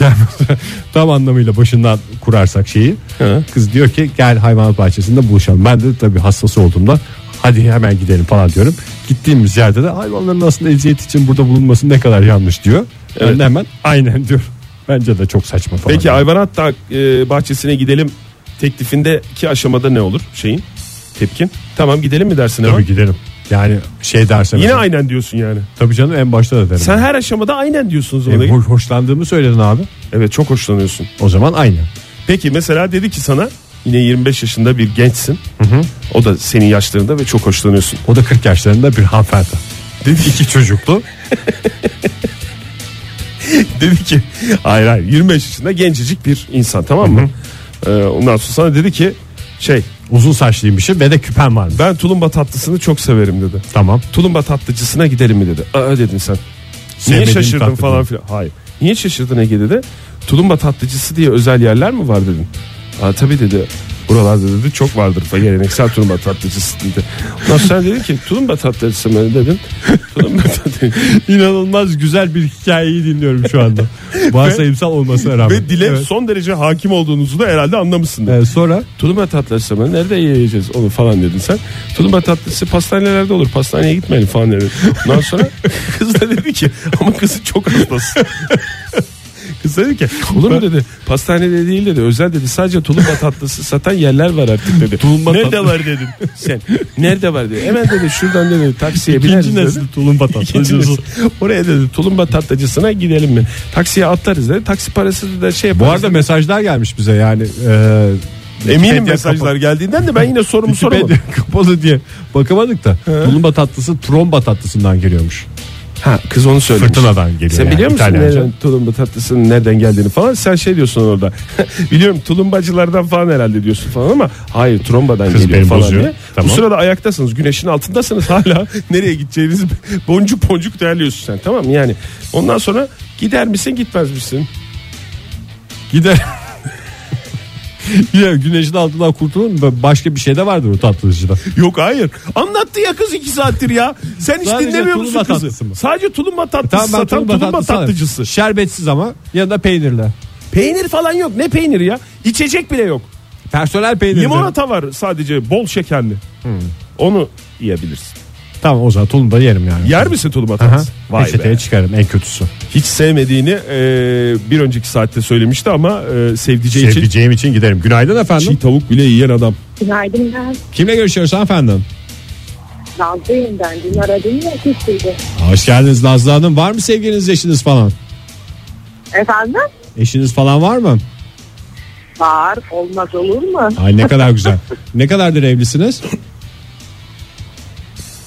B: Yani tam anlamıyla başından kurarsak şeyi
C: He.
B: Kız diyor ki gel hayvanat bahçesinde buluşalım. Ben de tabii hassas olduğumda hadi hemen gidelim falan diyorum. Gittiğimiz yerde de hayvanların aslında eziyet için burada bulunması ne kadar yanlış diyor. Ben
C: Evet.
B: de hemen aynen diyor. Bence de çok saçma falan.
C: Peki hayvanat da, e, bahçesine gidelim teklifindeki aşamada ne olur şeyin tepkin? Tamam gidelim mi dersin
B: Tabii
C: hemen?
B: gidelim. Yani şey dersen.
C: Yine
B: mesela-
C: aynen diyorsun yani.
B: Tabii canım en başta da derim.
C: Sen her aşamada aynen diyorsunuz
B: E,
C: ona.
B: ho- hoşlandığımı söyledin abi. E,
C: Evet çok hoşlanıyorsun.
B: O zaman aynı.
C: Peki mesela dedi ki sana yine 25 yaşında bir gençsin. O da senin yaşlarında ve çok hoşlanıyorsun.
B: O da 40 yaşlarında bir hanımefendi. Dedi iki çocuklu.
C: dedi ki hayır hayır 25 yaşında gencecik bir insan tamam mı? Ee, ondan sonra sana dedi ki şey
B: Uzun saçlıymışım ve de küpen var.
C: ben tulumba tatlısını çok severim dedi.
B: Tamam.
C: Tulumba tatlıcısına gidelim mi dedi. Aa dedin sen. Niye
B: Sevmediğim
C: şaşırdın
B: tatlı
C: falan
B: değil.
C: filan. Hayır. Niye şaşırdın Ege dedi. Tulumba tatlıcısı diye özel yerler mi var dedin. Aa tabii dedi. Buralarda dedi çok vardır fa- geleneksel tulumba tatlıcısı dedi. Ondan sonra dedi ki tulumba tatlıcısı mı dedin. Tulumba tatlıcısı.
B: İnanılmaz güzel bir hikayeyi dinliyorum şu anda. Varsayımsal olmasına rağmen.
C: Ve dile
B: Evet.
C: son derece hakim olduğunuzu da herhalde anlamışsındır.
B: Evet, sonra
C: Tulumba tatlısı mı? Nerede yiyeceğiz onu falan dedin sen. Tulumba tatlısı pastanelerde olur. Pastaneye gitmeyelim falan dedi. Ondan sonra kız da dedi ki ama kızın çok hastası. Kız dedi ki olur mu dedi. Pastanede değil dedi. Özel dedi. Sadece tulumba tatlısı satan yerler var artık dedi. Nerede var dedim. Sen nerede var dedi. Hemen dedi şuradan dedi taksiye bineriz
B: İkinci
C: dedi.
B: nesil tulumba
C: İkinci
B: tatlısı.
C: nesil. Oraya dedi tulumba tatlıcısına gidelim mi? Taksiye atlarız dedi. Taksi parası da şey
B: Bu
C: yaparız
B: arada
C: dedi.
B: mesajlar gelmiş bize yani. e, Wikipedia
C: Eminim mesajlar
B: kapalı-
C: geldiğinden de ben yine sorumu soramadım.
B: Wikipedia kapalı diye bakamadık da tulumba tatlısı tromba tatlısından geliyormuş.
C: Ha kız onu söylemiş.
B: Fırtınadan geliyor.
C: Sen
B: yani,
C: biliyor musun
B: İtalyanca.
C: nereden tulumba tatlısının nereden geldiğini falan? Sen şey diyorsun orada. Biliyorum tulumbacılardan falan herhalde diyorsun falan ama hayır trombadan
B: Kız
C: geliyor
B: beni
C: falan
B: bozuyor.
C: diye.
B: Tamam.
C: Bu sırada ayaktasınız, güneşin altındasınız hala. Nereye gideceğinizi boncuk boncuk değerliyorsun sen tamam mı? Yani ondan sonra gider misin gitmez misin?
B: Gider. Yine güneşin altından kurtulun da başka bir şey de vardır o tatlıcıda.
C: Yok hayır. Anlattı ya kız iki saattir ya. Sen hiç
B: Sadece
C: dinlemiyor musun
B: tulumba
C: kızı?
B: tatlısı mı? E
C: Sadece tulumba tatlısı
B: Tamam ben
C: satan tulumba,
B: alırım.
C: tatlıcısı.
B: Şerbetsiz ama yanında peynirle.
C: Peynir falan yok. Ne peyniri ya? İçecek bile yok.
B: Personel peynirle.
C: Limonata var sadece bol şekerli. Onu yiyebilirsin.
B: Tamam o zaman tulumba yerim yani.
C: Yer misin tulum
B: Aha.
C: tatlısı? Vay
B: Peçeteye
C: be.
B: çıkarım en kötüsü.
C: Hiç sevmediğini e, bir önceki saatte söylemişti ama e, sevdiceği için
B: Sevdiceğim Şey için giderim. Günaydın efendim.
C: çiğ tavuk bile yiyen adam.
F: Günaydın ben.
B: Kimle görüşüyoruz efendim?
F: Nazlı'yım ben. Dün aradın ya kimseydi.
B: Hoş geldiniz Nazlı Hanım. Var mı sevgiliniz eşiniz falan?
F: Efendim?
B: Eşiniz falan var mı?
F: Var. Olmaz olur mu?
B: Ay ne kadar güzel. ne kadardır evlisiniz?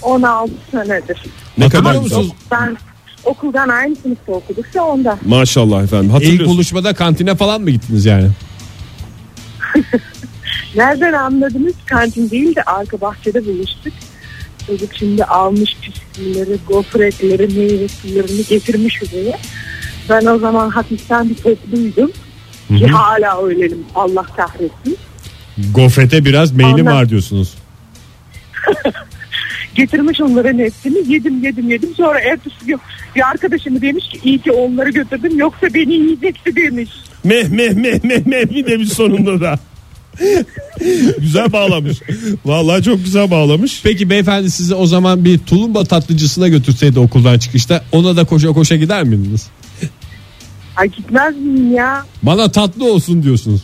F: 16 senedir.
C: Ne
B: Hatırlıyor
C: kadar güzel.
B: musunuz?
F: Ben okuldan aynı sınıfta okuduk da onda.
C: Maşallah efendim.
B: İlk
C: Hatırlıyorsun.
B: buluşmada kantine falan mı gittiniz yani?
F: Nereden anladınız? Kantin değil de arka bahçede buluştuk. Çocuk şimdi almış bisküvileri, gofretleri, meyve suylarını getirmiş buraya. Ben o zaman hafiften bir topluydum. Ki hala öyleyim Allah kahretsin.
B: Gofrete biraz meylim
F: Anlat.
B: var diyorsunuz.
F: Getirmiş onların hepsini yedim yedim yedim. Sonra ertesi gün bir arkadaşım demiş ki iyi ki onları götürdüm yoksa beni yiyecekti demiş.
C: Meh meh meh meh meh mi demiş sonunda da. güzel bağlamış. Vallahi çok güzel bağlamış.
B: Peki beyefendi sizi o zaman bir tulumba tatlıcısına götürseydi okuldan çıkışta ona da koşa koşa gider miydiniz?
F: Ay gitmez miyim ya?
B: Bana tatlı olsun diyorsunuz.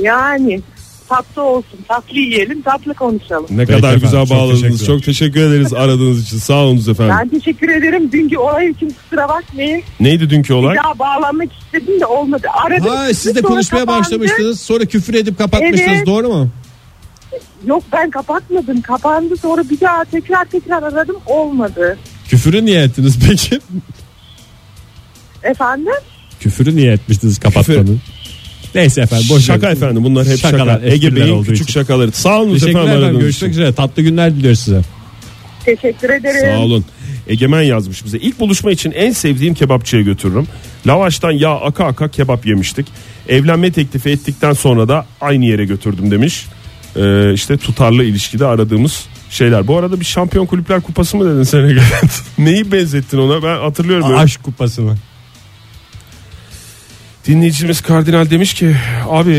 F: Yani tatlı olsun tatlı yiyelim tatlı konuşalım.
C: Ne
B: Peki
C: kadar
B: efendim,
C: güzel
B: çok
C: bağladınız.
B: teşekkür
C: Çok teşekkür ederiz aradığınız için. Sağ olunuz efendim.
F: Ben teşekkür ederim. Dünkü olay için kusura bakmayın.
C: Neydi dünkü olay?
F: Bir daha bağlanmak istedim de olmadı. Aradım.
B: Ha,
F: sizi,
B: siz de
F: sonra
B: konuşmaya
F: kapandı.
B: başlamıştınız sonra küfür edip kapatmıştınız
F: Evet.
B: doğru mu?
F: Yok ben kapatmadım. Kapandı sonra bir daha tekrar tekrar aradım. Olmadı.
B: Küfürü niye ettiniz peki?
F: Efendim?
B: Küfürü niye etmiştiniz kapatmanın? Neyse efendim boş
C: şaka
B: verin.
C: efendim bunlar hep
B: Şakalar,
C: şaka. Ege
B: espriler
C: Bey'in
B: olduğu
C: küçük
B: için.
C: şakaları. Sağ olun efendim
B: Teşekkürler efendim
C: aradığınız
B: görüşmek
C: için.
B: üzere tatlı günler diliyoruz size.
F: Teşekkür ederim.
C: Sağ olun. Egemen yazmış bize. İlk buluşma için en sevdiğim kebapçıya götürürüm. Lavaştan yağ aka aka kebap yemiştik. Evlenme teklifi ettikten sonra da aynı yere götürdüm demiş. Ee, işte tutarlı ilişkide aradığımız şeyler. Bu arada bir şampiyon kulüpler kupası mı dedin sen Ege? Neyi benzettin ona ben hatırlıyorum. öyle.
B: Aşk kupası mı?
C: Dinleyicimiz Kardinal demiş ki abi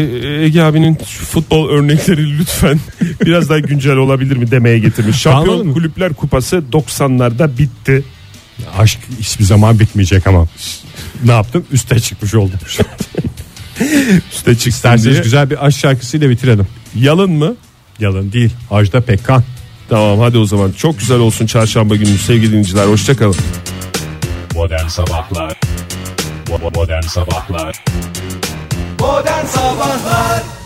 C: Ege abinin şu futbol örnekleri lütfen biraz daha güncel olabilir mi demeye getirmiş.
B: Anladın
C: Şampiyon
B: mı?
C: Kulüpler Kupası 90'larda bitti.
B: Aşk hiçbir zaman bitmeyecek ama. Ne yaptım? Üste çıkmış oldum.
C: İşte çıksın
B: İsterseniz
C: diye.
B: güzel bir aşk şarkısıyla bitirelim.
C: Yalın mı?
B: Yalın değil. Ajda Pekkan.
C: Tamam hadi o zaman. Çok güzel olsun çarşamba günü sevgili dinleyiciler. Hoşçakalın.
G: Modern Sabahlar Bo- bo- Modern Sabahlar
A: Modern Sabahlar